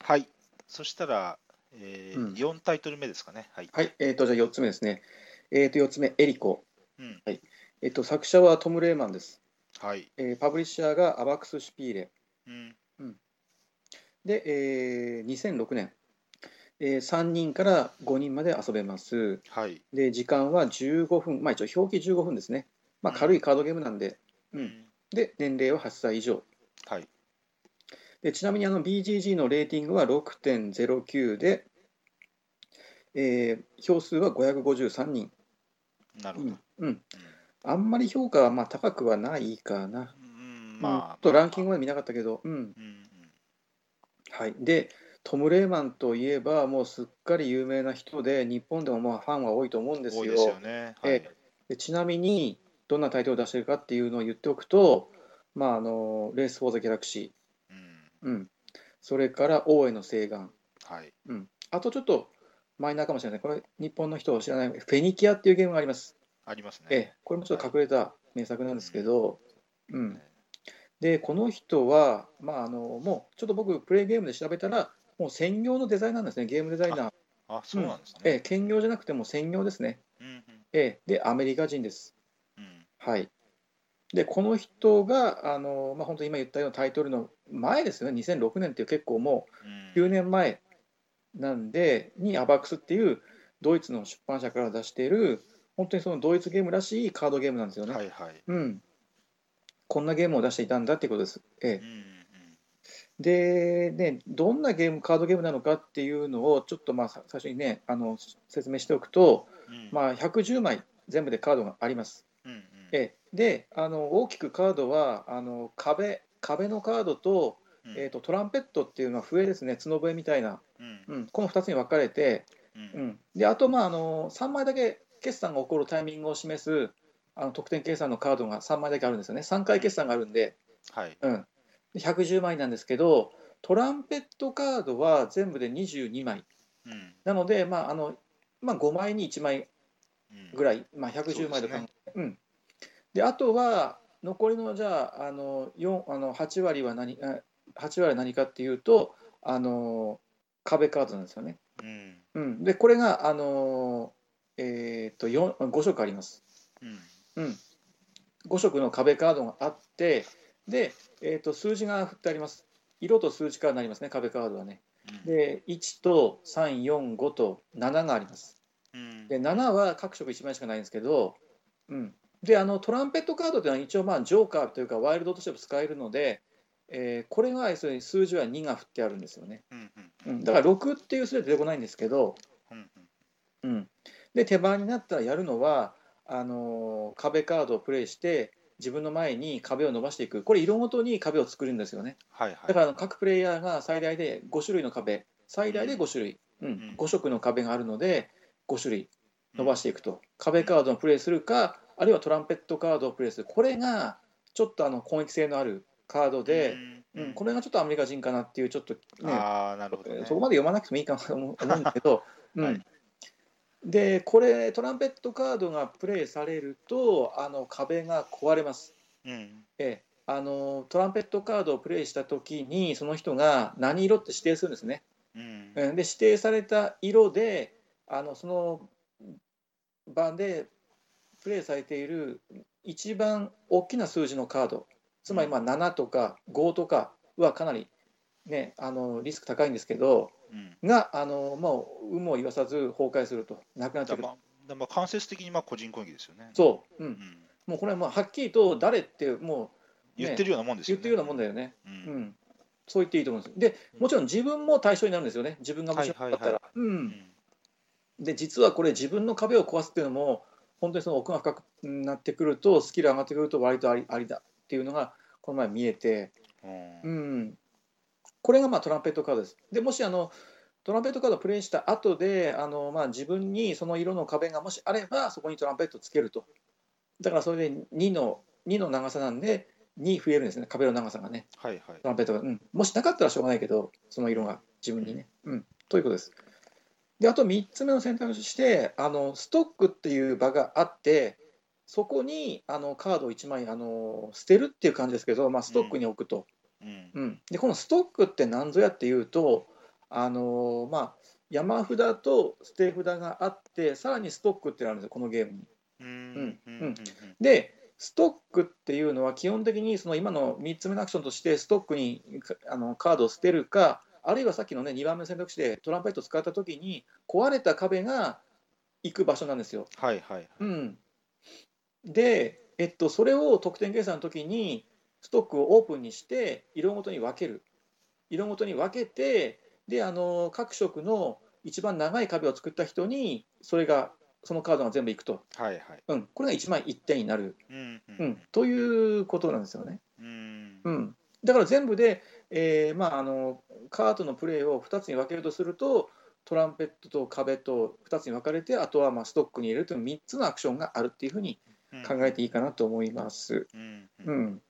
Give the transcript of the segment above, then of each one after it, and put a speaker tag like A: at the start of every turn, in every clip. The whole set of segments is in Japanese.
A: はい。そしたら、え
B: うん
A: ー、4タイトル目ですかね。はい。
B: はい、えっ、と、じゃあ4つ目ですね。えっ、と、4つ目、エリコ。
A: うん。
B: えっ、と、作者はトム・レーマンです。
A: はい。
B: えーパブリッシャーがアバクス・シュピーレ。
A: うん。
B: で、えー2006年、え3人から5人まで遊べます。
A: はい。
B: で、時間は15分、まあ一応表記15分ですね。まあ軽いカードゲームなんで、うんで、年齢は8歳以上。
A: はい。
B: でちなみにあの BGG のレーティングは6.09で、えー票数は553人。
A: なる
B: う
A: ほど。うん
B: ん、うん、あんまり評価はまあ高くはないかな。
A: うん。
B: ま
A: まあ
B: あ、。とランキングまで見なかったけど、うん、
A: うんうん。
B: はい、でトム・レーマンといえばもうすっかり有名な人で日本でもまあファンは多いと思うんです
A: 多い
B: よ
A: ですよね。は
B: え
A: い。
B: でちなみにどんなタイトルを出してるかっていうのを言っておくと「まあ、あのレース・フォー・ザ・ギャラクシ
A: うん。
B: ー」うん、それから「王への請願
A: はい。」
B: うん、あとちょっとマイナーかもしれないこれ日本の人は知らない「フェニキア」っていうゲームがあります、
A: ありますね。
B: ええこれもちょっと隠れた名作なんですけど、うん
A: ね、
B: でこの人は、まあ、あのもうちょっと僕プレイゲームで調べたらもう専業のデザイナーなんですねゲームデザイナー。
A: あ、そうなんです
B: ええ
A: ね。
B: 兼業じゃなくても専業ですね。
A: うんうん
B: ええで、アメリカ人です。
A: うん。
B: はい。で、この人が、あのまあ、本当に今言ったようなタイトルの前ですよね、2006年っていう結構もう
A: う
B: 9
A: ん。
B: 年前なんで、にアバクスっていうドイツの出版社から出している、本当にそのドイツゲームらしいカードゲームなんですよね。
A: はいはい。
B: うん。こんなゲームを出していたんだっていうことです。ええ
A: うんうん
B: で、ね、どんなゲーム、カードゲームなのかっていうのを、ちょっとまあさ最初にね、あの説明しておくと、
A: うん。あ、
B: まあ、110枚全部でカードがあります。
A: うんうん。
B: えであの大きくカードはあの壁壁のカードと,、
A: うん
B: えー、とトランペットっていうのは笛ですね角笛みたいな、
A: うん
B: うん、この2つに分かれて、
A: うん
B: う
A: うん
B: ん、であと、まあ、あの3枚だけ決算が起こるタイミングを示すあの得点計算のカードが3枚だけあるんですよね3回決算があるんで,、
A: はい。
B: うん、で110枚なんですけどトランペットカードは全部で22枚
A: うん
B: なので、まああのまあ、5枚に1枚
A: うん。
B: ぐらい、まあ、110枚とか、うん、であとは残りのじゃああの4あの8割は何あ8割は何かっていうとあの壁カードなんですよね、
A: うん。
B: うん、でこれがあの、えー、と4 5色あります、
A: うん。
B: うん、5色の壁カードがあってで、えー、と数字が振ってあります色と数字からなりますね壁カードはね
A: うん。
B: で1と345と7があります
A: うん。
B: で7は各色1枚しかないんですけど、うん、であのトランペットカードというのは一応まあジョーカーというかワイルドとしても使えるので、えーこれが要するに数字は2が振ってあるんですよね、
A: うんうん
B: うん、だから6っていう数字は出てこないんですけど、
A: うんうん
B: うん、で手番になったらやるのはあのー壁カードをプレイして自分の前に壁を伸ばしていくこれ色ごとに壁を作るんですよね
A: はいはい。
B: だからあの各プレイヤーが最大で5種類の壁最大で5種類、うん
A: ん
B: 5色の壁があるので5種類伸ばしていくと、壁カードをプレイするかあるいはトランペットカードをプレイするこれがちょっとあの攻撃性のあるカードで、
A: う
B: うん
A: ん
B: これがちょっとアメリカ人かなっていうちょっとね
A: ああ、なるほどね。
B: そこまで読まなくてもいいかなと思う思うんだけ ど、うん
A: はい
B: でこれトランペットカードがプレイされるとあの壁が壊れます。
A: うん。
B: ええあのトランペットカードをプレイした時にその人が何色って指定するんですね。
A: うん。
B: うんで指定された色であのその場でプレイされている一番大きな数字のカードつまりまあ7とか5とかはかなり、ね、あのリスク高いんですけど
A: うん。
B: があのもう有無を言わさず崩壊するとなくなっ
A: だか
B: てく
A: ら
B: る
A: まあ、だからまあ間接的にまあ個人攻撃ですよね。
B: そう、う
A: う、
B: ん
A: ん。
B: もうこれはもうはっきりと誰ってもう、ね
A: 言ってるようなもんです
B: 言
A: よ
B: っ
A: ね。
B: てるようなもんだよね、
A: う。
B: うんん、そう言っていいと思うんですでもちろん自分も対象になるんですよね自分がもしだったら、
A: はいはいは
B: う
A: うんん。
B: で実はこれ自分の壁を壊すっていうのも本当にその奥が深くなってくるとスキル上がってくると割とありありだっていうのがこの前見えて、
A: うん
B: うん、これがまあトランペットカードです。でもしあのトランペットカードをプレイした後であのまあ自分にその色の壁がもしあればそこにトランペットをつけるとだからそれで2の2の長さなんで2増えるんですね壁の長さがね。
A: はいはい
B: ト。ランペットが、うん、もしなかったらしょうがないけどその色が自分にね、うん、ということですであと3つ目の選択肢としてあのストックっていう場があってそこにあのカードを1枚あの捨てるっていう感じですけど、まあ、ストックに置くと、
A: うん。
B: うんでこのストックって何ぞやっていうとあのまあ、山札と捨て札があってさらにストックってのあるんですよこのゲームに。
A: うんうん
B: うん
A: うん
B: でストックっていうのは基本的にその今の3つ目のアクションとしてストックにかあのカードを捨てるかあるいはさっきのね2番目の選択肢でトランペットを使った時に壊れた壁が行く場所なんですよ。
A: はいはい
B: うん、で、えっと、それを得点計算の時にストックをオープンにして色ごとに分ける色ごとに分けてであの各色の一番長い壁を作った人にそれがそのカードが全部いくと、
A: はいはい
B: うん、これが1枚1点になる、
A: うんうん
B: うん、ということなんですよね。
A: うん
B: う
A: うん
B: ん、だから全部で、えーまあ、あのカードのプレーを2つに分けるとするとトランペットと壁と2つに分かれてあとはまあストックに入れるという3つのアクションがあるっていうふうに考えていいかなと思います。
A: うんう
B: うんん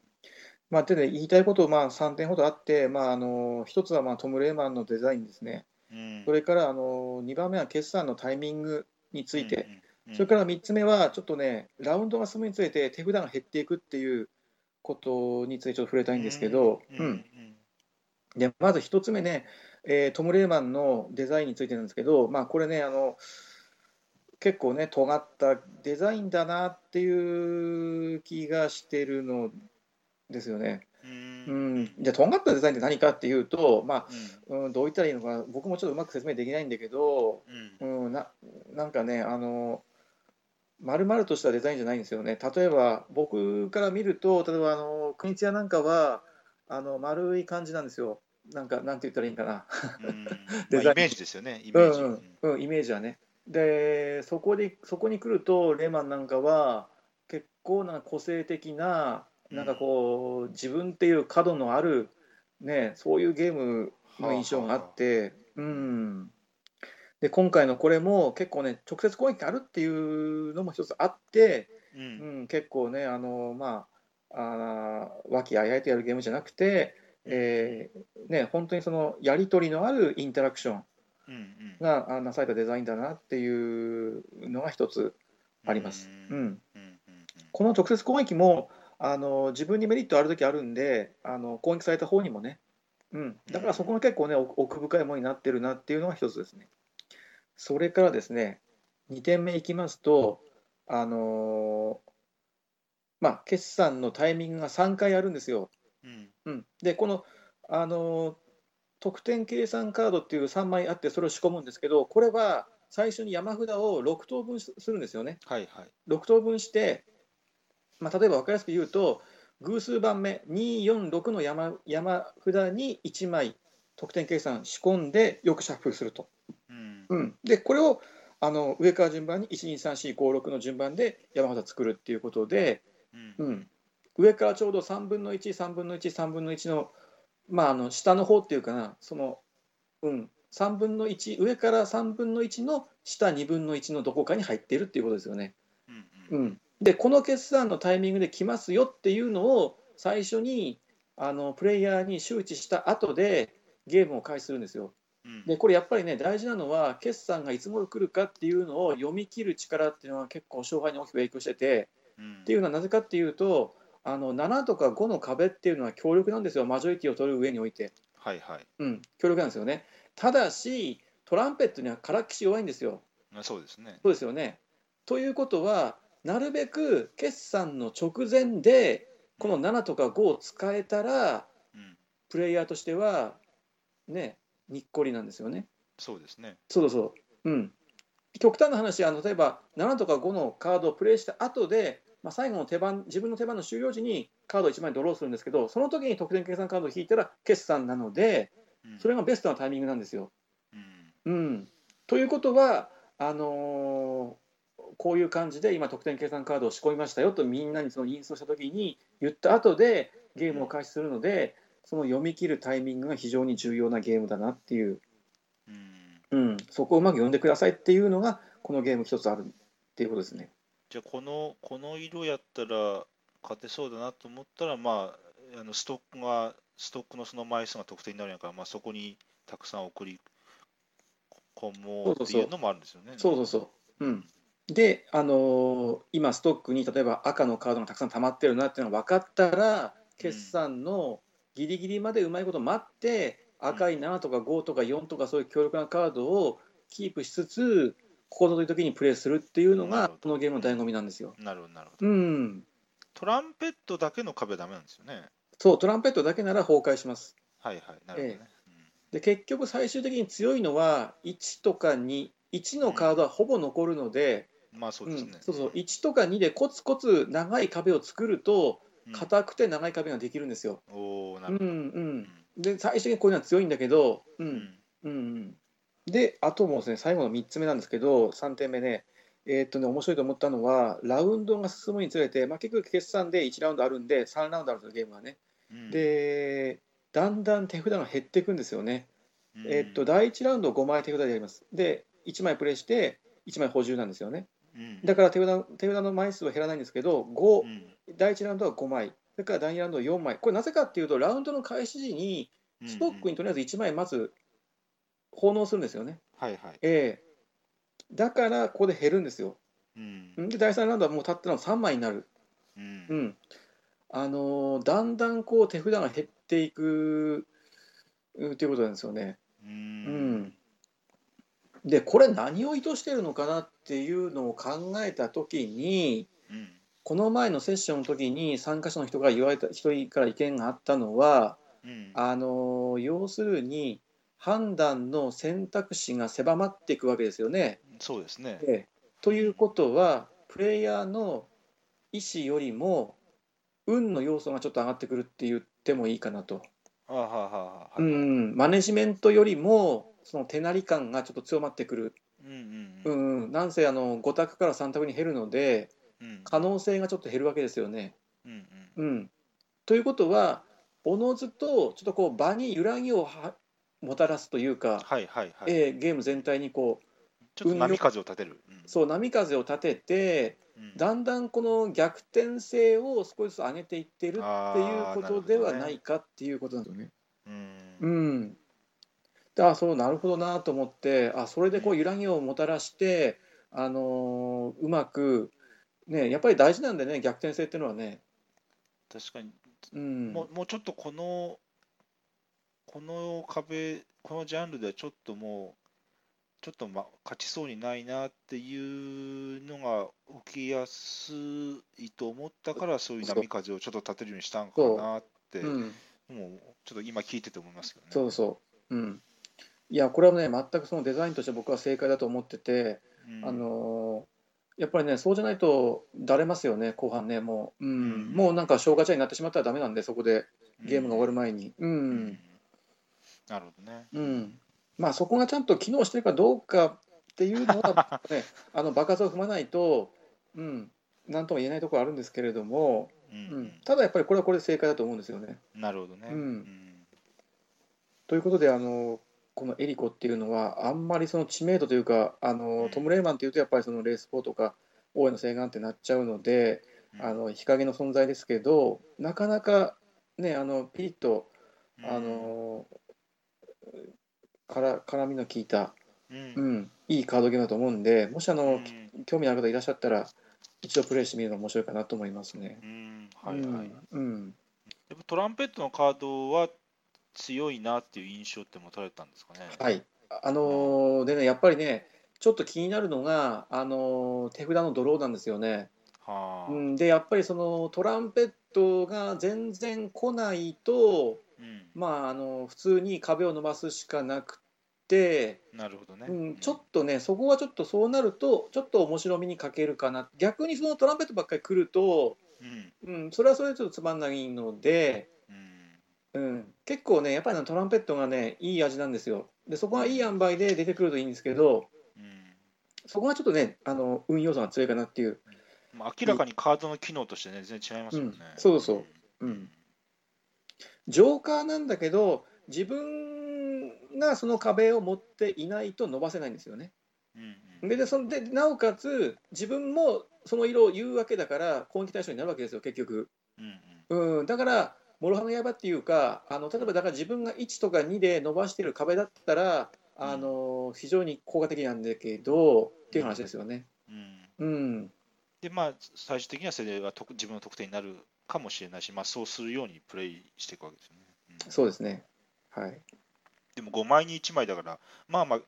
B: まあ、でね言いたいことまあ3点ほどあって、まあ、あの1つはまあトム・レーマンのデザインですね
A: うん
B: それからあの2番目は決算のタイミングについて、
A: うんうん
B: それから3つ目はちょっとねラウンドが進むにつれて手札が減っていくっていうことについてちょっと触れたいんですけど、
A: う
B: うんん
A: うん
B: でまず1つ目ね、えートム・レーマンのデザインについてなんですけど、まあ、これねあの結構ね尖ったデザインだなっていう気がしてるのですよね。
A: うん
B: うん、じゃあ尖ったデザインって何かっていうと、まあ
A: うん
B: うん、どう言ったらいいのかな僕もちょっとうまく説明できないんだけど、
A: うん
B: うん、ななんかねあの丸々としたデザインじゃないんですよね例えば僕から見ると例えばあの国津屋なんかはあの丸い感じなんですよなんかなんて言ったらいいんかな、
A: うん
B: デザイン
A: まあイメージですよねイメ
B: う
A: ージ
B: んうんうん、イメージはねでそこでそこに来るとレーマンなんかは結構な個性的ななんかこう自分っていう角のあるねそういうゲームの印象があって、うん、で今回のこれも結構ね直接攻撃があるっていうのも一つあって、
A: う
B: うんん、結構ねあのまああー和気あいあいとやるゲームじゃなくて、えーね、本当にそのやり取りのあるインタラクション
A: うんうん
B: があなされたデザインだなっていうのが一つあります。う
A: うん
B: ん、
A: うんうん
B: この直接攻撃もあの自分にメリットある時あるんであの攻撃された方にもね、うん、だからそこが結構ね奥奥深いものになってるなっていうのが一つですね。それからですね2点目いきますとあのーまあ決算のタイミングが3回あるんですよ。
A: うん
B: うん、でこの、あのー得点計算カードっていう3枚あってそれを仕込むんですけどこれは最初に山札を6等分すするんですよね
A: はいはい
B: 6等分して、まあ、例えば分かりやすく言うと偶数番目246の山山札に1枚得点計算仕込んでよくシャッフルすると、
A: うん
B: うん、でこれをあの上から順番に123456の順番で山札作るっていうことで、
A: うん
B: うん、上からちょうど3分の13分の13分の1の,、まあ、あの下の方っていうかなその、うん、3分の1上から3分の1の下2分の1のどこかに入っているっていうことですよね。
A: うんう
B: うんん、でこの決算のタイミングで来ますよっていうのを最初にあのプレイヤーに周知した後でゲームを開始するんですよ。
A: うん
B: でこれやっぱりね大事なのは決算がいつ頃来るかっていうのを読み切る力っていうのは結構勝敗に大きく影響してて。
A: うん
B: っていうのはなぜかっていうとあの7とか5の壁っていうのは強力なんですよマジョリティを取る上において、
A: はいはい
B: うん、強力なんですよねただしトランペットにはからっきし弱いんですよ
A: まあそうですね
B: そうですよねということはなるべく決算の直前でこの7とか5を使えたら
A: うん
B: プレイヤーとしてはねにっこりなんですよね
A: そうですね
B: そうそうそううん極端な話あの例えば7とか5のカードをプレイした後で、まあ、最後の手番自分の手番の終了時にカード1枚ドローするんですけどその時に得点計算カードを引いたら決算なので
A: うん
B: それがベストなタイミングなんですよ。
A: うん
B: うん、ということはあのーこういう感じで今得点計算カードを仕込みましたよとみんなにその印象した時に言った後でゲームを開始するのでその読み切るタイミングが非常に重要なゲームだなっていう
A: うん
B: うん、そこをうまく読んでくださいっていうのがこのゲーム一つあるっていうことですね。
A: じゃあこのこの色やったら勝てそうだなと思ったらまああのストックがストックのその枚数が得点になるんやからまあそこにたくさん送り込もうっていうのもあるんですよね
B: そうそうそう。うん、で、あのー今ストックに例えば赤のカードがたくさん溜まってるなっていうのが分かったら決算のギリギリまでうまいこと待って赤い7とか5とか4とかそういう強力なカードをキープしつつここの時にプレイするっていうの
A: なる
B: が
A: ほど
B: このゲームの醍醐味なんですよ。
A: なるほどなるほど
B: うん、
A: トランペットだけの壁はダメなんですよね
B: そうトランペットだけなら崩壊します。
A: はいはいなるほどね、
B: で結局最終的に強いのは1とか21のカードはほぼ残るので、
A: うんまあそう
B: うん
A: ですね、
B: そうそう1とか2でコツコツ長い壁を作ると
A: うん
B: 硬くて長い壁ができるんですよ。
A: おおな
B: う
A: る
B: ん
A: ほど、
B: うん、で最終的にこういうのは強いんだけど、う、
A: うんん
B: うんうん、であともうですね最後の3つ目なんですけど3点目ねえーっとね面白いと思ったのはラウンドが進むにつれて、まあ、結局決算で1ラウンドあるんで3ラウンドあるんですよゲームはね
A: うん、
B: でだんだん手札が減っていくんですよね、
A: うん、
B: えーっと第1ラウンド5枚手札でやりますで1枚プレイして1枚補充なんですよね
A: うん、
B: だ
A: か
B: から手札手札の枚数は減らないんですけど
A: う
B: 5
A: ん
B: 第1ラウンドは5枚それから第2ラウンドは4枚これなぜかっていうとラウンドの開始時に
A: うん、
B: ストックにとりあえず1枚まず奉納するんですよね
A: はいはい、
B: ええだからここで減るんですよ。
A: うん
B: で第3ラウンドはもうたったの3枚になる。
A: うん
B: う、んあのーだんだんこう手札が減っていくうんということなんですよね。
A: う
B: うんん、でこれ何を意図してるのかなっていうのを考えた時に
A: うん
B: この前のセッションの時に参加者の人が言われた一人から意見があったのは
A: うん、
B: あのー要するに判断の選択肢が狭まっていくわけですよね。
A: そうですね、
B: ええということはプレイヤーの意思よりも運の要素がちょっと上がってくるって言ってもいいかなと、
A: あはあはあはあ
B: う
A: はい
B: ん、マネジメントよりもその手なり感がちょっと強まってくる、
A: うんうん
B: う
A: うん
B: ん、なんせあの5択から3択に減るので
A: うん
B: 可能性がちょっと減るわけですよね。
A: うんうん
B: うん、ということはおのずとちょっとこう場に揺らぎをはもたらすというか、
A: はいはいはい、
B: ええゲーム全体にこう
A: ちょっと波風を立てる、うん、
B: そう波風を立てて
A: うん
B: だんだんこの逆転性を少しずつ上げていってるっていうことではないかっていうことなんですよね。
A: うん
B: うん、だからそうなるほどなと思ってあそれでこう揺らぎをもたらして、あのーうまく、ね、やっぱり大事なんでね逆転性っていうのはね。
A: 確かに、
B: うん、
A: もうもうちょっとこのこの壁このジャンルではちょっともうちょっと、ま、勝ちそうにないなっていうのが起きやすいと思ったからそういう波風をちょっと立てるようにしたんかなって、
B: うん
A: もうちょっと今聞いてて思いますけどね。
B: そうそう、うん、いやこれはね全くそのデザインとして僕は正解だと思ってて、
A: うん
B: あのーやっぱりねそうじゃないとだれますよね後半ねもう、うん
A: うん
B: もうなんか消化茶になってしまったらダメなんでそこでゲームが終わる前に
A: う
B: う
A: ん
B: ん、
A: なるほどね。
B: うんまあそこがちゃんと機能してるかどうかっていうの は、ね、あの爆発を踏まないとうんなんとも言えないところあるんですけれども、
A: う
B: うんんただやっぱりこれはこれで正解だと思うんですよね。
A: なるほどね。
B: うん
A: うん
B: ということであのこのエリコっていうのはあんまりその知名度というかあ
A: う
B: の
A: ん
B: トム・レイマンっていうとやっぱりそのレース4とか大江の西岸ってなっちゃうのであの日陰の存在ですけどなかなかねあのピリッと
A: うん
B: あのから絡みの効いた、
A: うん
B: う、ん、いいカードゲームだと思うんでもしあ
A: う
B: の、
A: ん
B: 興味のある方いらっしゃったら一度プレイしてみるの面白いかなと思いますね。
A: うんはいはい。
B: うん
A: でもトランペットのカードは強いなっていう印象って持たれたんですかね。
B: はい、あのーでねやっぱりねちょっと気になるのが、あのー手札のドローなんですよね。
A: はあ。
B: う
A: うん
B: ん、でやっぱりそのトランペットが全然来ないと、まあ、あの普通に壁を伸ばすしかなくて、
A: なるほどね。
B: うん、ちょっとねそこはちょっとそうなるとちょっと面白みに欠けるかな逆にそのトランペットばっかり来ると、
A: うん。
B: うん、それはそれでちょっとつまんないので。
A: うん。
B: うん、結構ねやっぱりあのトランペットがねいい味なんですよでそこがいい塩梅で出てくるといいんですけど
A: うん。
B: そこがちょっとねあの運用素が強いかなっていう、
A: まあ、明らかにカードの機能としてね、全然違いますよね
B: うん。そうそう
A: う
B: うんん、。ジョーカーなんだけど自分がその壁を持っていないと伸ばせないんですよね
A: うん。うん
B: ででそんでなおかつ自分もその色を言うわけだから攻撃対象になるわけですよ結局、
A: うん。
B: うん、だから諸刃の刃っていうかあの例えばだから自分が1とか2で伸ばしてる壁だったらあの非常に効果的なんだけどっていう話ですよね。
A: うんうん。
B: うん、
A: で、まあ、最終的にはそれがと自分の得点になるかもしれないし、まあ、そうするようにプレイしていくわけですよね。うん
B: そうですね。はい。
A: でも5枚に1枚だから、まあまあ、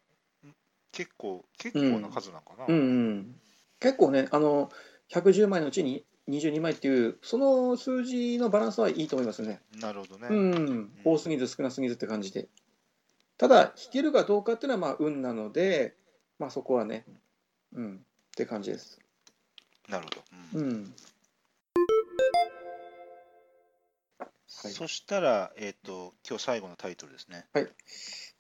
A: 結構、結構な数なのかな。
B: うんうん、結構ねあの110枚のうちに22枚っていうその数字のバランスはいいと思いますね、
A: なるほどね。
B: うん、多すぎず少なすぎずって感じでただ弾けるかどうかっていうのはまあ運なので、まあ、そこはね、うん、って感じです、
A: なるほど。うん
B: うん、はい
A: そしたら、えっ、と、今日最後のタイトルですね。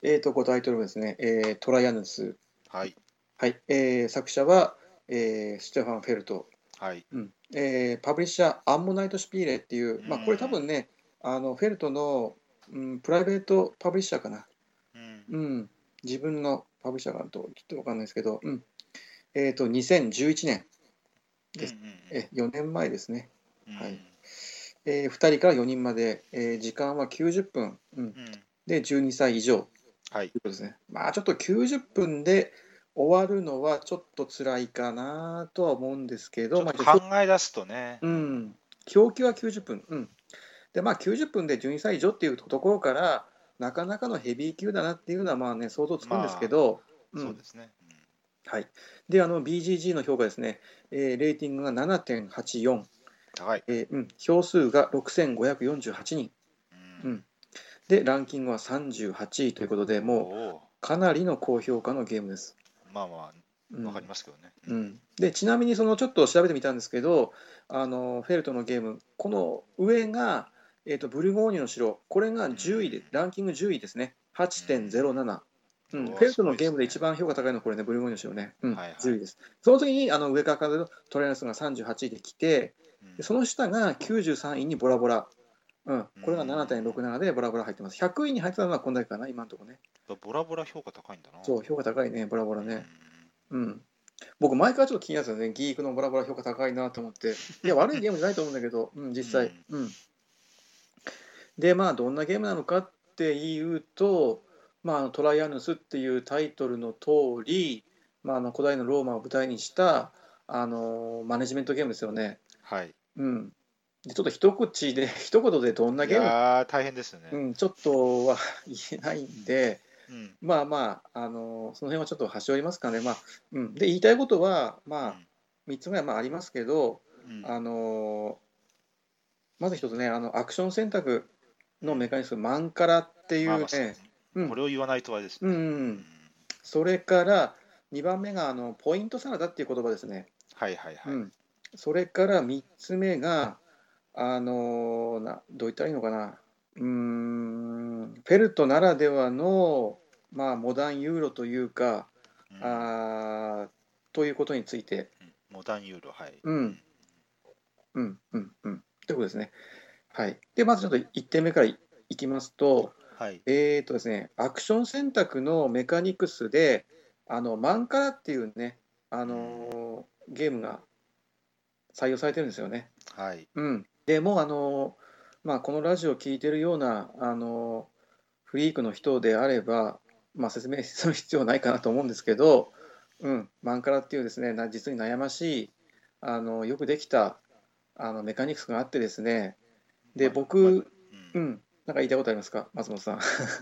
B: えーとこうタイトルはですね「えートライアヌス
A: はい。」
B: はいえー作者は、えーステファン・フェルト
A: はい。
B: うんえーパブリッシャーアンモナイト・シュピーレっていう、まあ、
A: うん
B: これ多分ねあのフェルトの、うん、プライベートパブリッシャーかな、
A: うん。
B: うん、自分のパブリッシャーかなとちょっと分かんないですけど、うんえー、と2011年です
A: うんうんうん
B: え4年前ですね、
A: うん
B: はいえ2人から4人まで、えー時間は90分、う
A: う
B: ん、
A: ん
B: で12歳以上と
A: はい
B: い。うことですねまあちょっと90分で終わるのはちょっと辛いかなとは思うんですけ
A: ちょ
B: ど、
A: っ
B: ま
A: と
B: あ、
A: 考え出すとね、
B: うん、供給は90分、うんでまあ、90分で12歳以上っていうところから、なかなかのヘビー級だなっていうのはまあ、ね、想像つくんですけど、う
A: そうんですね。うん
B: はい、であの BGG の評価ですね、えーレーティングが7.84、
A: 高い。
B: えーうん、票数が6548人
A: う
B: うんんで、ランキングは38位ということで、もう
A: お
B: かなりの高評価のゲームです。
A: ーまあま
B: う
A: あ、
B: ん
A: わかりますけどね。
B: う。ん、でちなみにそのちょっと調べてみたんですけどあのフェルトのゲームこの上が、えー、とブルゴーニュの城これが10位でランキング10位ですね8.07、うん
A: うわ
B: フェルトのゲームで一
A: すご
B: 番評価高いのはこれねブルゴーニュの城ね、うん
A: はいはい
B: 10位ですその次にあの上から数えるとトライアスが38位で来て
A: うん
B: でその下が93位にボラボラ、うん、これが7.67でボラボラ入ってます100位に入ってたのはこんだけかな今のところね
A: ボラボラ評価高いんだな。
B: そう評価高いねボラボラ
A: う
B: ね、
A: ん
B: うん、僕前からちょっと気になってたんですよねギークのボラボラ評価高いなと思っていや悪いゲームじゃないと思うんだけど、 うん、実際、うん、でまあどんなゲームなのかっていうと「まああの、トライアヌス」っていうタイトルの通り、まあ、あの古代のローマを舞台にしたあのマネジメントゲームですよね、
A: はい。
B: うん、でちょっと一口で 一言でどんないゲーム、
A: やー、大変ですよ
B: う
A: ね。
B: ん、ちょっとは言えないんで、
A: うん。
B: まあまあ、あのその辺はちょっと端折りますかね、まあうん、で言いたいことは、まあ、3つぐらいまあありますけど、
A: うん
B: あのまず一つねあのアクション選択のメカニズム「マンカラ」ってい
A: まあ
B: う
A: まあ
B: ね、うん
A: これを言わないとあれですね。
B: うんうんうんそれから2番目があのポイントサラダっていう言葉ですね、
A: はいはいはい。
B: うん、それから3つ目があのなどう言ったらいいのかなうーんフェルトならではの、まあ、モダンユーロというか
A: うん
B: あーということについて、
A: うんモダンユーロ、はい。
B: うん、うん、うん、うん、ということですね。はい。で、まずちょっと1点目からいいきますと、
A: はい。
B: えっ、とですね、アクション選択のメカニクスで、あの、マンカラっていうね、あのーゲームが採用されてるんですよね。
A: はい。
B: うん。でもう、あのーまあ、このラジオを聞いてるような、あのーフリークの人であれば、まあ、説明する必要ないかなと思うんですけど、うん、マンカラっていうですねな実に悩ましいあのよくできたあのメカニクスがあってですねで
A: まあ
B: 僕、
A: う
B: うんん、なんか言いたいことありますか松本さん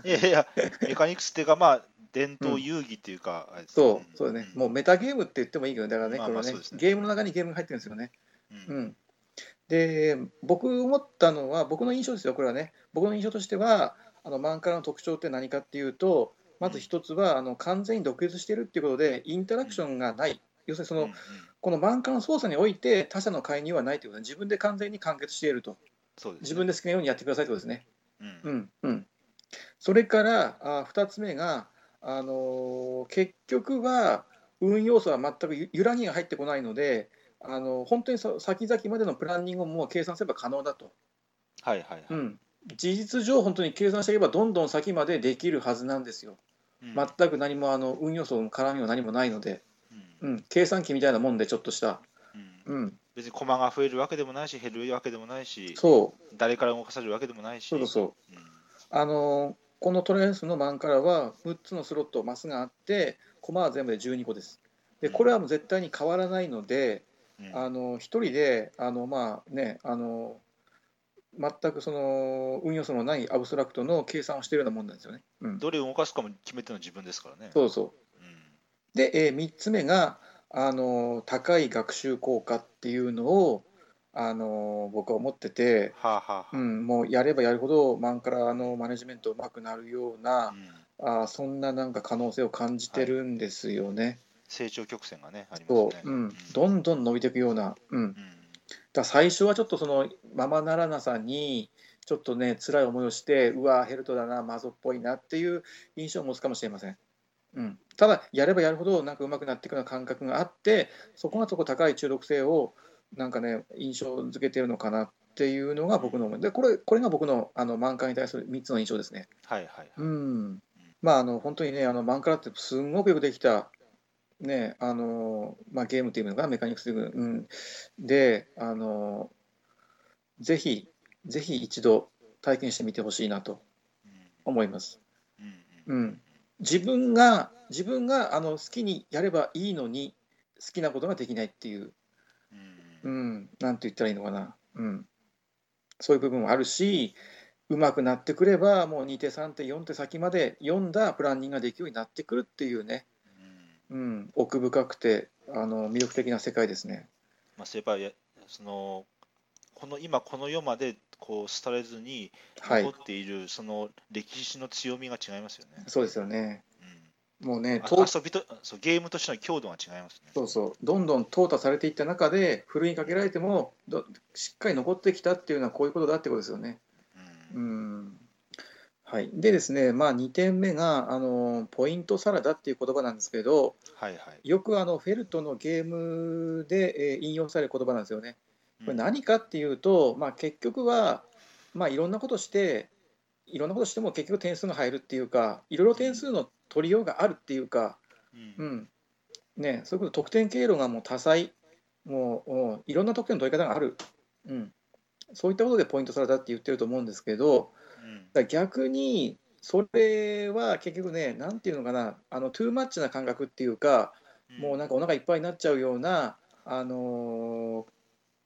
A: いやいや、メカニクスっていうか、まあ、伝統遊戯っていうか、あれですね
B: そうそうだねもうメタゲームって言ってもいいけどだからね,、
A: まあ
B: これ
A: まあ
B: はね
A: そうですね
B: ゲームの中にゲームが入ってるんですよね、
A: うん、
B: う
A: うん
B: ん、で僕思ったのは僕の印象ですよこれはね僕の印象としてはあのマンカラの特徴って何かっていうとまず一つはあの完全に独立してるっていうことでインタラクションがない要するにその、
A: うんうん
B: この満開の操作において他者の介入はないということで自分で完全に完結していると
A: そうですね
B: 自分で好きなようにやってくださいということですね。
A: うん
B: うんうん、それからあ2つ目が、あのー結局は運要素は全くゆ揺らぎが入ってこないので、あのー本当にそ先々までのプランニングをもう計算すれば可能だと、
A: はいはいはい。
B: うん、事実上本当に計算していけばどんどん先までできるはずなんですよ
A: うん
B: 全く何もあの運要素の絡みも何もないので、
A: う
B: うんん、計算機みたいなもんでちょっとした。
A: うん
B: うん
A: 別に駒が増えるわけでもないし、減るわけでもないし、
B: そう
A: 誰から動かされるわけでもないし、
B: そうそうそう
A: うん
B: あのこのトライアスのマンカラは6つのスロットマスがあってコマは全部で12個ですでこれはもう絶対に変わらないので
A: うん
B: あの1人であのまあねあの全くその運用素のないアブストラクトの計算をしているようなもんなんですよね。うん、
A: どれを動かすかも決めてるの自分ですからね。
B: そうそう
A: うん
B: で、え3つ目があの高い学習効果っていうのをあの僕は思ってて、
A: はあ、はあはあ
B: うん、もうやればやるほどマンカラのマネジメントうまくなるような
A: う、ん
B: あーそんななんか可能性を感じてるんですよね。
A: 成長曲線がね、あります
B: そ
A: ね。
B: ううん、どんどん伸びていくような、うん、だ
A: う
B: か
A: ん
B: ら最初はちょっとそのままならなさにちょっとね辛い思いをしてうわヘルトだなマゾっぽいなっていう印象を持つかもしれません。うん、ただやればやるほどなんか上手くなっていくような感覚があってそこがそこ高い中毒性をなんかね印象づけてるのかなっていうのが僕の思いでこれこれが僕のあの満開に対する3つの印象ですね。
A: はいはいはい。
B: うん、まああの本当にねあのマンカラってすんごくよくできた、ねあのまあ、ゲームっていうのがメカニクスリグ、うん、であのぜひぜひ一度体験してみてほしいなと
A: うん
B: 思います
A: う
B: うんん自分が自分があの好きにやればいいのに好きなことができないっていう、
A: う
B: うんん、なんて言ったらいいのかな、うん、そういう部分もあるし上手くなってくればもう2手3手4手先まで読んだプランニングができるようになってくるっていうねうん、奥深くてあの魅力的な世界ですね。
A: まあ、そういえばやそのこの今この世までこう廃れずに
B: は
A: 残
B: い、
A: っているその歴史の強みが違いますよね。
B: そうですよね。
A: うん
B: もうね、
A: あ
B: と
A: 遊びとそうゲームとしての強度が違いますね。
B: そうそう、どんどん淘汰されていった中で、ふるいにかけられてもど、しっかり残ってきたっていうのはこういうことだってことですよね。
A: う
B: うんん。はい、でですね、まあ、2点目があのポイントサラダっていう言葉なんですけど、
A: はいはい。
B: よくあのフェルトのゲームで、えー引用される言葉なんですよね。これ
A: うん
B: 何かっていうと、まあ、結局は、まあ、いろんなことしていろんなことしても結局点数が入るっていうかいろいろ点数の取りようがあるっていうか、
A: うん
B: うんね、そういうこと得点経路がもう多彩もうもういろんな得点の取り方がある、うん、そういったことでポイントサラダって言ってると思うんですけど
A: うん
B: だから逆にそれは結局ねなんていうのかなあのトゥーマッチな感覚っていうかもうなんかお腹いっぱいになっちゃうような、あのー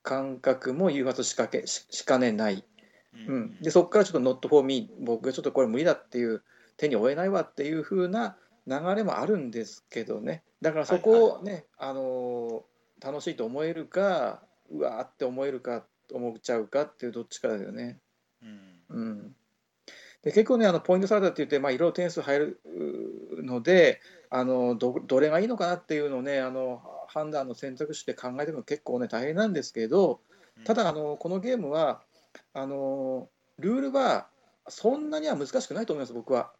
B: 感覚も誘発しかけししかねない、
A: うん
B: うん、でそこからちょっと「not for me」僕がちょっとこれ無理だっていう手に負えないわっていう風な流れもあるんですけどねだからそこをね、あのー楽しいと思えるかうわーって思えるか思っちゃうかっていうどっちかだよね。
A: うん
B: うん、で結構ねあのポイントサラダって言って、まあ、いろいろ点数入るうーのであのどどれがいいのかなっていうのをねあの判断の選択肢で考えても結構ね大変なんですけどただあのこのゲームはあのルールはそんなには難しくないと思います僕は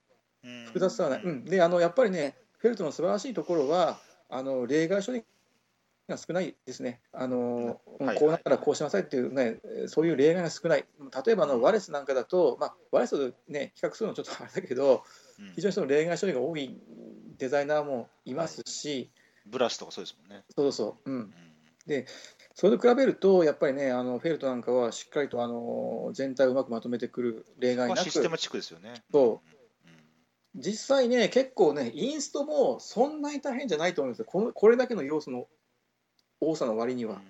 A: うん
B: 複雑さはない、うん、であのやっぱりねフェルトの素晴らしいところはあの例外処理が少ないですねあの、
A: うんはい
B: こうなったらこうしなさいっていうねそういう例外が少ない例えばあのワレスなんかだと、まあ、ワレスと、ね、比較するのちょっとあれだけど
A: うん
B: 非常にその例外処理が多いデザイナーもいますし、
A: ブラスとかそうですもんね。
B: そうそう、うん
A: う、ん
B: それと比べるとやっぱりねあのフェルトなんかはしっかりとあの全体をうまくまとめてくる例外
A: ま
B: な
A: あ
B: く
A: システマチックですよね。
B: そ
A: うん。うん
B: 実際ね結構ねインストもそんなに大変じゃないと思うんですよこのこれだけの要素の多さの割には、
A: うんうん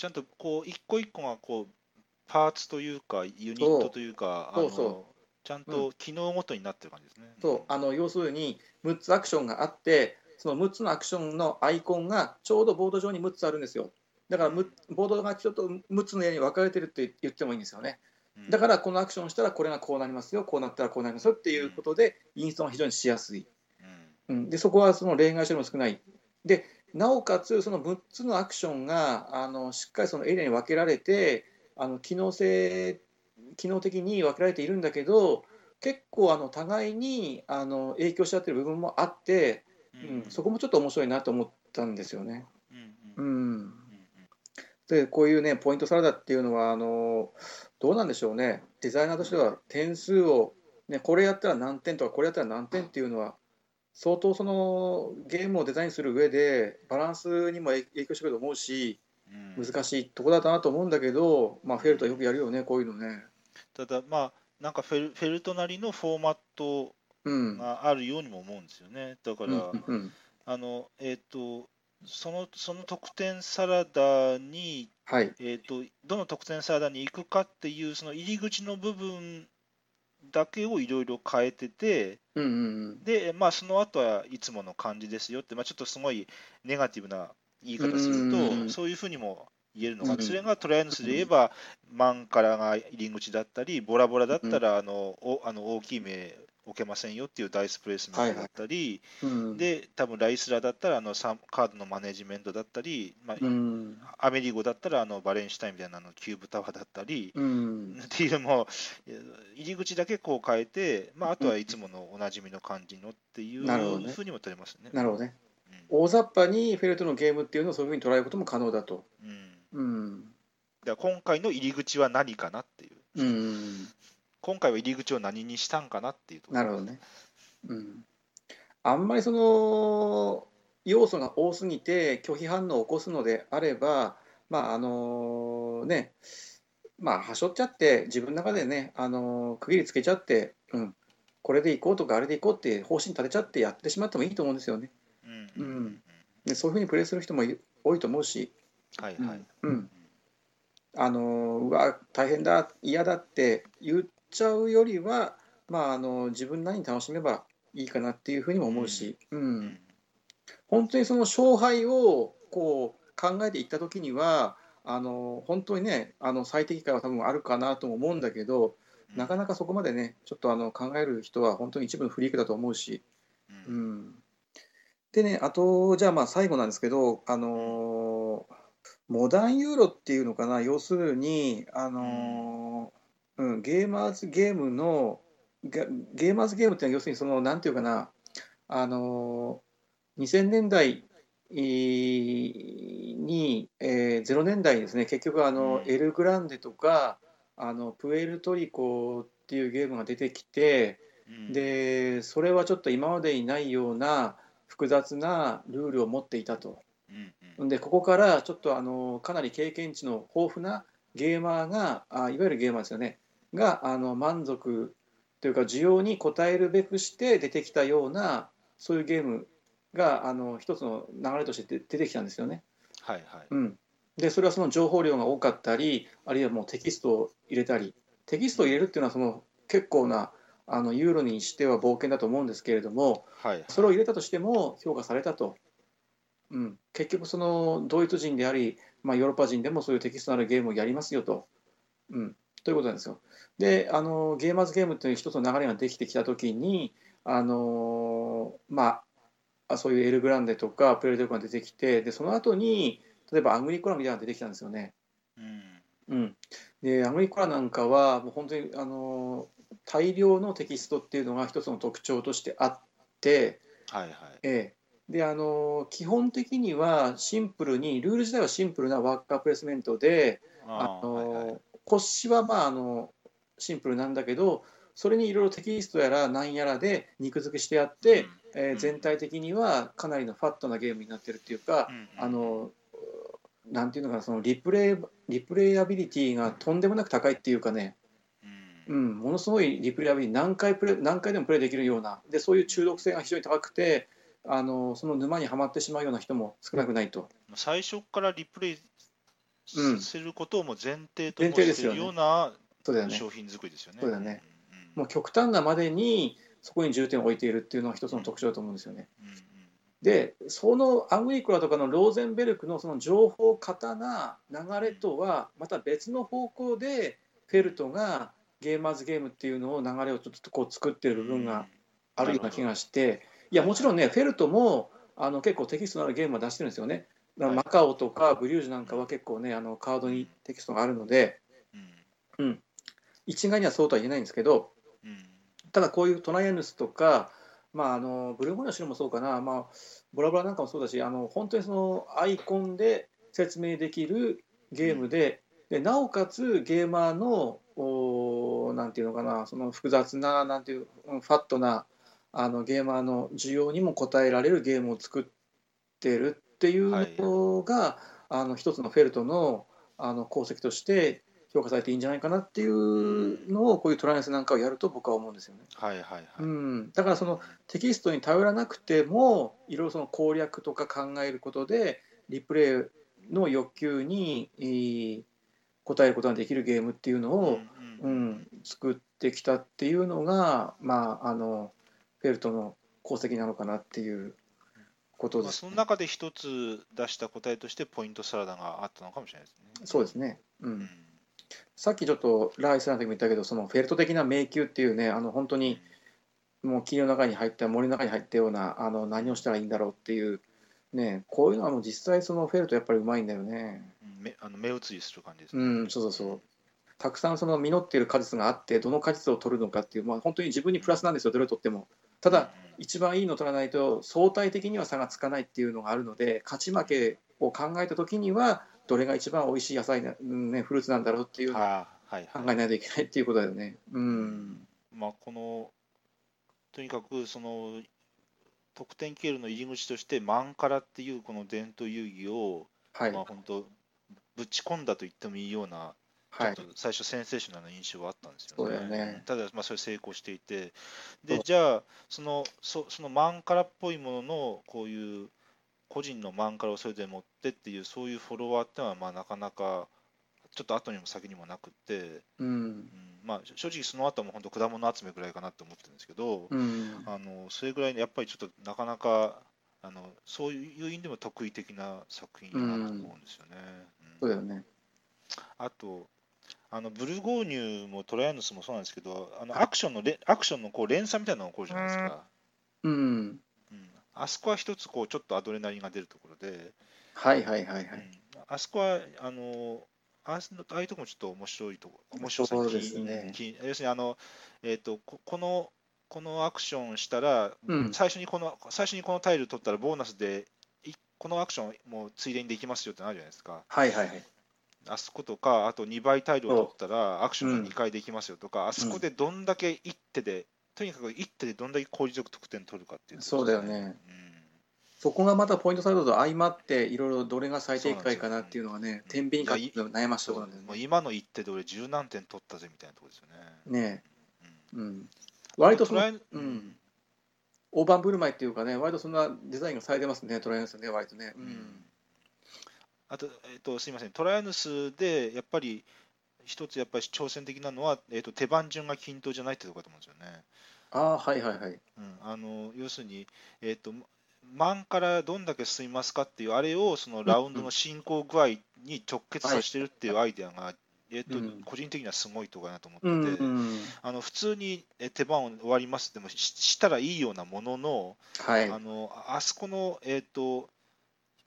A: ちゃんとこう一個一個がこうパーツというかユニットというか
B: そう
A: あの
B: そ
A: ちゃんと機能ごとになってる感じですね。
B: そうあの要するに6つアクションがあってその6つのアクションのアイコンがちょうどボード上に6つあるんですよだからむボードがちょっと6つの絵に分かれてるって言ってもいいんですよね
A: うん
B: だからこのアクションしたらこれがこうなりますよこうなったらこうなりますよっていうことでインストが非常にしやすい
A: うん
B: うん、でそこはその例外処理も少ないでなおかつその6つのアクションがあのしっかりそのエリアに分けられてあの機能性機能的に分けられているんだけど結構あの互いにあの影響し合ってる部分もあって、うんそこもちょっと面白いなと思ったんですよね。
A: うんう
B: うんん、
A: うん
B: でこういうねポイントサラダっていうのはあのどうなんでしょうねデザイナーとしては点数を、ね、これやったら何点とかこれやったら何点っていうのは相当そのゲームをデザインする上でバランスにも影影響してくると思うし
A: うんうん
B: 難しいとこだったなと思うんだけど、まあ、フェルトはよくやるよねこういうのね。
A: ただまあなんかフェルフェルトなりのフォーマット
B: うん、
A: があるようにも思うんですよね。だから、
B: うんうん
A: あのえっ、とそのその得点サラダに、
B: はい
A: えー、とどの得点サラダに行くかっていうその入り口の部分だけをいろいろ変えてて
B: うんうん
A: で、まあ、その後はいつもの感じですよって、まあ、ちょっとすごいネガティブな言い方する
B: うんうんう
A: と
B: ん
A: そういうふうにも言えるの
B: う
A: が
B: んうん
A: それがトライアンスで言えばマンカラが入り口だったりボラボラだったらあのおあの大きい目置けませんよっていうダイスプレイスメントだったり。
B: うんうん
A: で、多分ライスラだったらあのサンカードのマネジメントだったり、まあ
B: うん
A: アメリゴだったらあのバレンシュタインみたいなあのキューブタワーだったり、
B: うん
A: っていうもう入り口だけこう変えて、まあ、あとはいつものおなじみの感じのっていう
B: なるほどね
A: ふうにも取れますね。
B: なるほどね
A: うん
B: 大雑把にフェルトのゲームっていうのをそういうふうに捉えることも可能だと
A: うん
B: うん
A: だから今回の入り口は何かなっていう
B: うん
A: 今回は入り口を何にしたんかなっていうところ
B: なるほどね。うん。あんまりその要素が多すぎて拒否反応を起こすのであれば、まああのね、まあ端折っちゃって自分の中でね、あの区切りつけちゃって、うん、これでいこうとかあれでいこうって方針立てちゃってやってしまってもいいと思うんですよね。
A: うん
B: うん
A: うんうん
B: でそういうふうにプレイする人もい多いと思うし、
A: はいはい、
B: うん、あのうわ大変だ嫌だって言っちゃうよりは、まあ、あの自分なりに楽しめばいいかなっていうふうにも思うし、うん
A: うん
B: 本当にその勝敗をこう考えていった時にはあの本当にねあの最適解は多分あるかなとも思うんだけどなかなかそこまでねちょっとあの考える人は本当に一部のフリークだと思うし。
A: う
B: うんんでね、あと、じゃあまあ最後なんですけど、あのーモダンユーロっていうのかな、要するに、あのーうん、ゲーマーズゲームの、ゲゲーマーズゲームっていうのは要するにその、なんていうかな、あのー2000年代えーに、えー0年代にですね、結局あの、
A: うん
B: エルグランデとか、あの、プエルトリコっていうゲームが出てきて、
A: うん
B: でそれはちょっと今までにないような複雑なルールを持っていたと
A: うんうん
B: でここからちょっとあのかなり経験値の豊富なゲーマーがあいわゆるゲーマーですよねがあの満足というか需要に応えるべくして出てきたようなそういうゲームがあの一つの流れとして出てきたんですよね。
A: はいはい
B: うん、でそれはその情報量が多かったりあるいはもうテキストを入れたりテキストを入れるっていうのはその結構なあのユーロにしては冒険だと思うんですけれども
A: はい
B: それを入れたとしても評価されたと、うん、結局そのドイツ人であり、まあ、ヨーロッパ人でもそういうテキストのあるゲームをやりますよと、うん、ということなんですよ。であのゲーマーズゲームという一つの流れができてきた時にあのまああそういうエルグランデとかプレルトリコが出てきてでその後に例えばアグリコラみたいなのが出てきたんですよね。
A: うん
B: うん、でアグリコラなんかはもう本当にあの大量のテキストっていうのが一つの特徴としてあって、
A: はいはい
B: ええ、であの基本的にはシンプルにルール自体はシンプルなワーカープレイスメントであ
A: あー
B: の、
A: はいはい
B: 腰はまああのシンプルなんだけどそれにいろいろテキストやらなんやらで肉付けしてあって、
A: うん
B: え
A: う
B: ー
A: ん
B: 全体的にはかなりのファットなゲームになってるっていうか、
A: うんうん
B: あのなんていうのかなそのリプレイリプレイアビリティがとんでもなく高いっていうかね、
A: う
B: うんん、ものすごいリプレイアビリティ何回プレイ何回でもプレイできるようなでそういう中毒性が非常に高くてあのその沼にはまってしまうような人も少なくないと。
A: 最初からリプレイ
B: うん
A: することをもう前提と
B: 前
A: も
B: 提で
A: し
B: す
A: て
B: よ
A: る
B: ね
A: ような
B: そうだよね
A: 商品作りですよね。
B: そうだよね
A: うん。
B: もう極端なまでにそこに重点を置いているっていうのが一つの特徴だと思うんですよね。
A: うんうん
B: でそのアグリコラとかのローゼンベルクのその情報型な流れとはまた別の方向でフェルトがゲーマーズゲームっていうのを流れをちょっとこう作ってる部分があるような気がしていやもちろんねフェルトもあの結構テキストのあるゲームは出してるんですよね。だからマカオとかブリュージュなんかは結構ねあのカードにテキストがあるので
A: うん
B: 一概にはそうとは言えないんですけど
A: うん
B: ただこういうトライアヌスとか、まあ、あのブルーゴニの白もそうかな、まあ、ボラボラなんかもそうだしあの本当にそのアイコンで説明できるゲームで,、でなおかつゲーマーのおーなんていうのかなその複雑ななんていううんファットなあのゲーマーの需要にも応えられるゲームを作ってるっていうのが、あの一つのフェルトのあの功績として評価されていいんじゃないかなっていうのをこういうトライアンスなんかをやると僕は思うんですよね。
A: はいはいはい。
B: うん、だからそのテキストに頼らなくてもいろいろその攻略とか考えることでリプレイの欲求にえー応えることができるゲームっていうの
A: うん
B: を、
A: う
B: うんん、作ってきたっていうのが、まあ、あのフェルトの功績なのかなっていうこと
A: ま
B: で
A: あ、
B: す、
A: その中で一つ出した答えとしてポイントサラダがあったのかもしれないですね。
B: そうです
A: ね。
B: ね、う
A: うん
B: ん、さっきちょっとライスの時も言ったけどそのフェルト的な迷宮っていうねあの本当にもう木の中に入った森の中に入ったようなあの何をしたらいいんだろうっていう、ね、こういうのはもう実際そのフェルトやっぱりうまいんだよね。
A: うん目あの目移りする感じですね。
B: うん、そうそうそうたくさんその実っている果実があってどの果実を取るのかっていう、まあ、本当に自分にプラスなんですよどれを取ってもただ
A: うん
B: 一番いいのを取らないと相対的には差がつかないっていうのがあるので勝ち負けを考えた時にはどれが一番美味しい野菜な、うんね、フルーツなんだろうっていうのを
A: あーはい
B: 考
A: はい。
B: えないといけないっていうことだよね。うん、
A: まあ、このとにかくその得点経路の入り口としてマンカラっていうこの伝統遊戯を、
B: はい、
A: まあ、本当ぶち込んだと言ってもいいような、
B: はい
A: ちょっと最初センセーショナルな印象はあったんですよ
B: そうだよね
A: ただ、まあ、それ成功していて
B: そ
A: で
B: う
A: じゃあそのそそのマンカラっぽいもののこういう個人のマンカラをそれで持ってっていうそういうフォロワーってのはまあなかなかちょっと後にも先にもなくって、
B: うん
A: うんまあ、正直その後も本当果物集めぐらいかなと思ってるんですけど、
B: うん
A: あのそれぐらいねやっぱりちょっとなかなかあのそういう意味でも得意的な作品だなと思うんですよね。うん
B: そうだよね。
A: あと、あのブルゴーニュもトライアヌスもそうなんですけど、あのアクションのれアクションのこう連鎖みたいなのが起こるじゃないですか。
B: うん。
A: うん、あそこは一つこうちょっとアドレナリンが出るところで、
B: はいはいはいは
A: う
B: い。
A: ん、あそこはあのあすああいうとこもちょっと面白いとこ面白さ
B: そう
A: き
B: ですね
A: き要するにあのえっ、とここのこのアクションしたら
B: うん。
A: 最初にこの最初にこのタイル取ったらボーナスでいこのアクションもうついでにできますよってなるじゃないですか。
B: はいはいはい。
A: あそことか、あと2倍タイルを取ったら、アクションが2回できますよとか、あそこでどんだけ一手で、とにかく一手でどんだけ効率よく得点取るかっていう、
B: そうだよね。そこがまたポイントサイドと相まっていろいろどれが最適解かなっていうのがね、
A: そう
B: 天
A: なん
B: 秤
A: ですよ
B: にかけて悩
A: う
B: ま
A: ん。
B: した
A: そう
B: ところなんだよ
A: もう
B: ね。
A: 今の一手で俺十何点取ったぜみたいなところですよね。
B: ね
A: うん
B: え、うん。割とそ
A: トラ
B: の
A: イ
B: うん大盤振る舞いっていうかね、割とそんなデザインがされてますね、トライアンスね、割とね。うん。
A: あと、えっと、すみません、トライアヌスでやっぱり一つやっぱり挑戦的なのは、えっと、手番順が均等じゃないってところだと思うんですよね。
B: ああ、はいはいはい。
A: うん、あの要するに、えーと、満からどんだけ進みますかっていう、あれをそのラウンドの進行具合に直結させてるっていうアイデアが、えーと
B: うん
A: 個人的にはすごいところだなと思
B: うん
A: ってて、
B: うん。
A: あの普通にえ手番を終わりますでもししたらいいようなものの、
B: はい。
A: あのああそこの、えーと、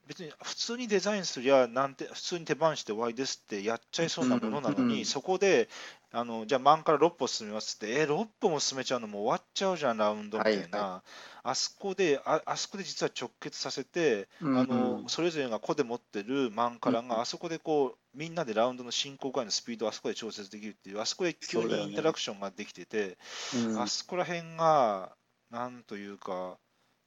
A: 別に普通にデザインすりゃなんて、普通に手番して終わりですってやっちゃいそうなものなの
B: うんう
A: に、
B: ん
A: そこで、あのじゃあ、満から6歩進みますって、えー、6歩も進めちゃうのもう終わっちゃうじゃん、ラウンドみたいな、
B: はい
A: あそこであ、あそこで実は直結させて、
B: うん
A: あのそれぞれが個で持ってる満からが、あそこでこうみんなでラウンドの進行具合のスピードをあそこで調節できるっていう、あそこで急
B: そうだよ
A: に
B: ね
A: インタラクションができてて。
B: うん
A: あそこら辺が、なんというか、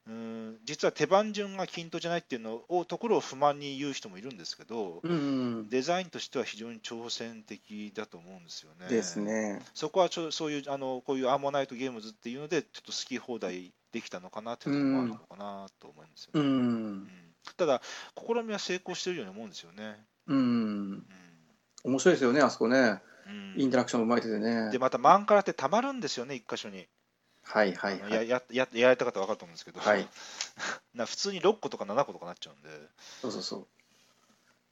A: うーん、実は手番順が均等じゃないっていうのを、ところを不満に言う人もいるんですけど、
B: うん。
A: デザインとしては非常に挑戦的だと思うんですよね。
B: ですね。
A: そこはちょ、そういう、あの、こういうアーモナイトゲームズっていうので、ちょっと好き放題できたのかなっていうところもあるのかなと思うんですよ
B: う
A: ね。
B: ん
A: う。んただ、試みは成功してるように思うんですよね。
B: うん。面白いですよね、あそこね。
A: うんうん
B: インタラクション生まれててね
A: で、。また、マンカラってたまるんですよね、一箇所に。
B: はいはい
A: あの
B: は
A: や
B: い。
A: やややられた方分かると思うんですけど、
B: はい
A: な普通に6個とか7個とかなっちゃうんで、
B: そうそうそう。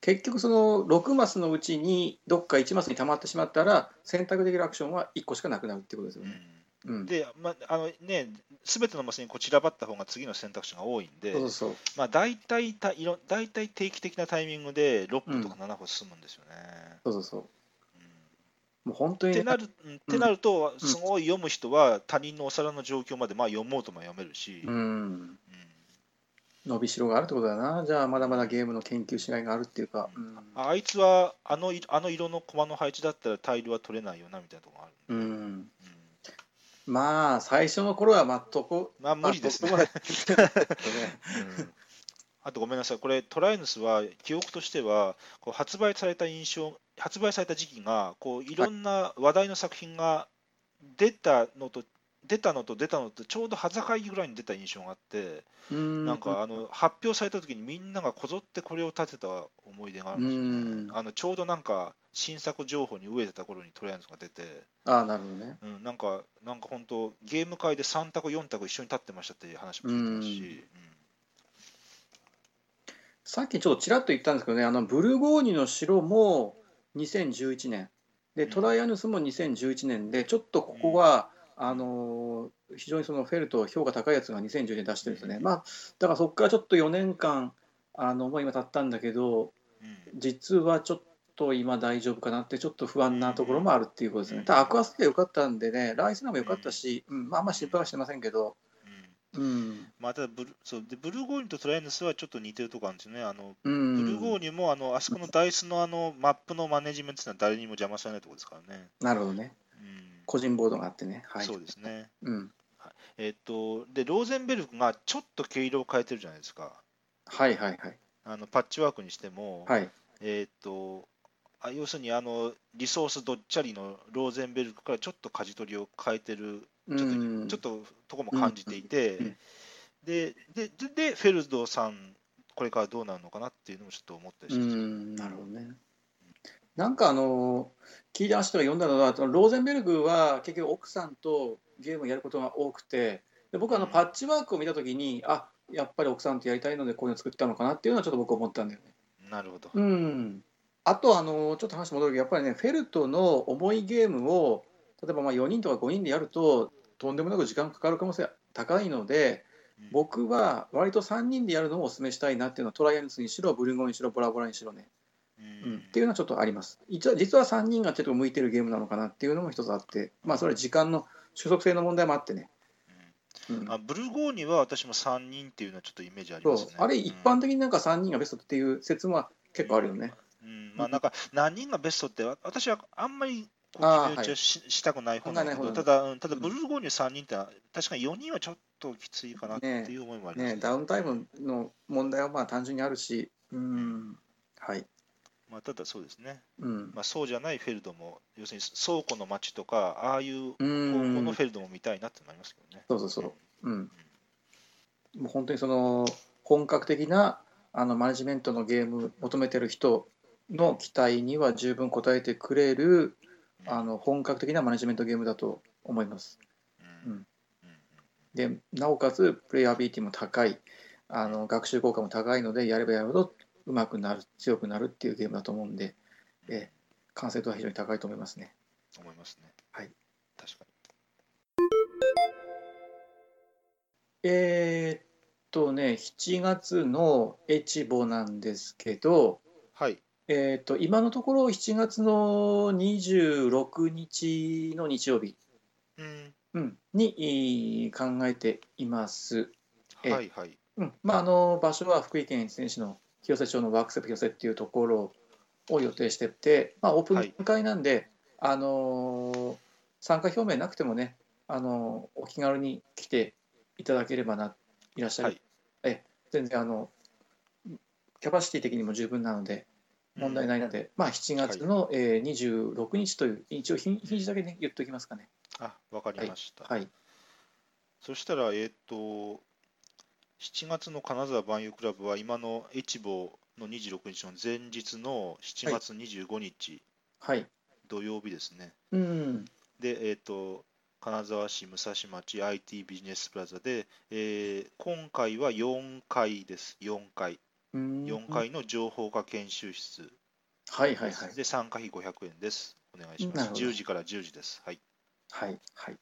B: 結局その6マスのうちにどっか1マスに溜まってしまったら選択できるアクションは1個しかなくなるってことですよね。うん。
A: で、まあのね、全てのマスにこう散らばった方が次の選択肢が多いんで
B: そう、そうそう。
A: まあ、大体たいろ大体定期的なタイミングで6個とか7個進むんですよね。
B: そうそうそう。
A: うん
B: もう本当に
A: っ
B: ね、
A: てなるうんってなると、
B: うん
A: すごい読む人は他人のお皿の状況までまあ読もうとも読めるし、
B: うん。
A: うん
B: 伸びしろがあるってことだな。じゃあまだまだゲームの研究しがいがあるっていうか。うん。
A: ああいつはあの色あの色の駒の配置だったらタイルは取れないよなみたいなところがあ
B: う
A: るんで、
B: ん、
A: うん
B: まあ最初の頃はまあとこ
A: まあ無理ですね。
B: まあとこまで
A: うんあとごめんなさい、これ、トライヌスは記憶としては、こう発売された印象、発売された時期がこういろんな話題の作品が出たのと出たのと出たのとちょうどはざかいぐらいに出た印象があって
B: な
A: なんかあの発表された時にみんながこぞってこれを立てた思い出があるんですよ
B: うん
A: ねあのちょうどなんか新作情報に飢えてた頃にトライアンズが出て、
B: ああなるほどね
A: うん、なんかなんか本当ゲーム界で3択4択一緒に立ってましたっていう話も聞いてますし、
B: さっきちょっとちらっと言ったんですけどねあのブルゴーニュの城も2011年で
A: うん
B: トライアヌスも2011年でちょっとここは、あのー非常にそのフェルト評価高いやつが2010年出してるんですよね、
A: うん
B: まあだからそこからちょっと4年間あのもう今経ったんだけど
A: うんうん
B: 実はちょっと今大丈夫かなってちょっと不安なところもあるっていうことですね、
A: うん
B: ただアクアスティア良かったんでねライスナーも良かったし、うんまああんま心配はしてませんけど
A: うん
B: うん、
A: まあ、ただブルそうでブルゴーニュとトライアヌスはちょっと似てるとこあるんですよね。あの
B: うん、
A: ブルゴーニュもあのあそこのダイスのあのマップのマネジメントってのは誰にも邪魔されないところですからね。
B: なるほどね
A: うん
B: 個人ボードがあってねはい
A: そうですね。
B: うん、
A: えっと、で、ローゼンベルクがちょっと毛色を変えてるじゃないですか。
B: はいはいはい
A: あのパッチワークにしても、
B: はい
A: えっとあ、要するにあのリソースどっちゃりのローゼンベルクからちょっと舵取りを変えてる
B: ちょ
A: ちょっとちょっととこも感じていて、
B: うんうん
A: ででででフェルドさんこれからどうなるのかなっていうのもちょっと思ったりし
B: う
A: ます
B: んなるほどねなんかあの聞いた話とか読んだのはローゼンベルグは結局奥さんとゲームをやることが多くてで僕はあの
A: うん
B: パッチワークを見た時にあやっぱり奥さんとやりたいのでこういうの作ったのかなっていうのはちょっと僕思ったんだよね
A: なるほど、
B: うんあとあのちょっと話戻るけどやっぱりねフェルトの重いゲームを例えばまあ4人とか5人でやるととんでもなく時間かかる可能性が高いので、
A: うん
B: 僕は割と3人でやるのをお勧めしたいなっていうのはトライアルスにしろブルゴンにしろボラボラにしろね、
A: う
B: うん
A: ん
B: っていうのはちょっとあります一応実は3人がちょっと向いてるゲームなのかなっていうのも一つあってまあそれは時間の収束性の問題もあってね、うん
A: うんあブルゴーニュは私も3人っていうのはちょっとイメージあり
B: そ
A: ま
B: う
A: すね。
B: あれ
A: うん
B: 一般的になんか3人がベストっていう説も結構あるよね、
A: うんまあ、なんか何人がベストってわ私はあんまりこう
B: あ
A: 決
B: ー
A: め打ちはし,、したくない方なんだけ
B: 考
A: ど
B: えない方
A: た
B: なん
A: だうんただ
B: うん
A: ブルゴーニュ3人ってのは確かに4人はちょっときついかなっていう思いもあります
B: ねダウンタイムの問題はまあ単純にあるしうんはい
A: まあ、ただそうですね、
B: うん
A: まあ、そうじゃないフェルドも要するに倉庫の街とかああいう
B: う
A: 高校
B: ん
A: のフェルドも見たいなってなりますけどね。
B: そうそうそううん、もう本当にその本格的なあのマネジメントのゲーム求めてる人の期待には十分応えてくれる
A: うん
B: あ、の本格的なマネジメントゲームだと思います。
A: うん
B: うんでなおかつプレイアビリティも高いあの学習効果も高いのでやればやるほど上手くなる強くなるっていうゲームだと思うんで
A: うん
B: え完成度は非常に高いと思いますね。
A: 思いますね。
B: はい。
A: 確か
B: えーっとね7月のエチボなんですけど、
A: に。はい。
B: えー、と今のところ7月の26日の日曜日、
A: うん。
B: うん、にいい考えています、ええ
A: はいはい。
B: うんまあ、あの場所は福井県越前市の清瀬町のワークセップ清瀬っていうところを予定してて、まあ、オープン会なんで、あのー参加表明なくてもね、あのーお気軽に来ていただければないらっしゃる、
A: はい
B: え全然あのキャパシティ的にも十分なので問題
A: い。
B: ないので、まあ7月の、えー26日という一応日日にちだけね言っておきますかね
A: あ、わかりました。
B: はい
A: そしたら、えっ、と、7月の金沢万有クラブは今の越後の26日の前日の7月25日、
B: はい
A: 土曜日ですね。
B: うん
A: で、えっ、と、金沢市武蔵町 IT ビジネスプラザで、えー今回は4階です。4階。
B: うん
A: 4階の情報科研修室
B: はいはい
A: で
B: はい
A: 参加費500円です。お願いし
B: な
A: ま
B: る
A: す。
B: ほど
A: 10時から10時です。はい。
B: はいはい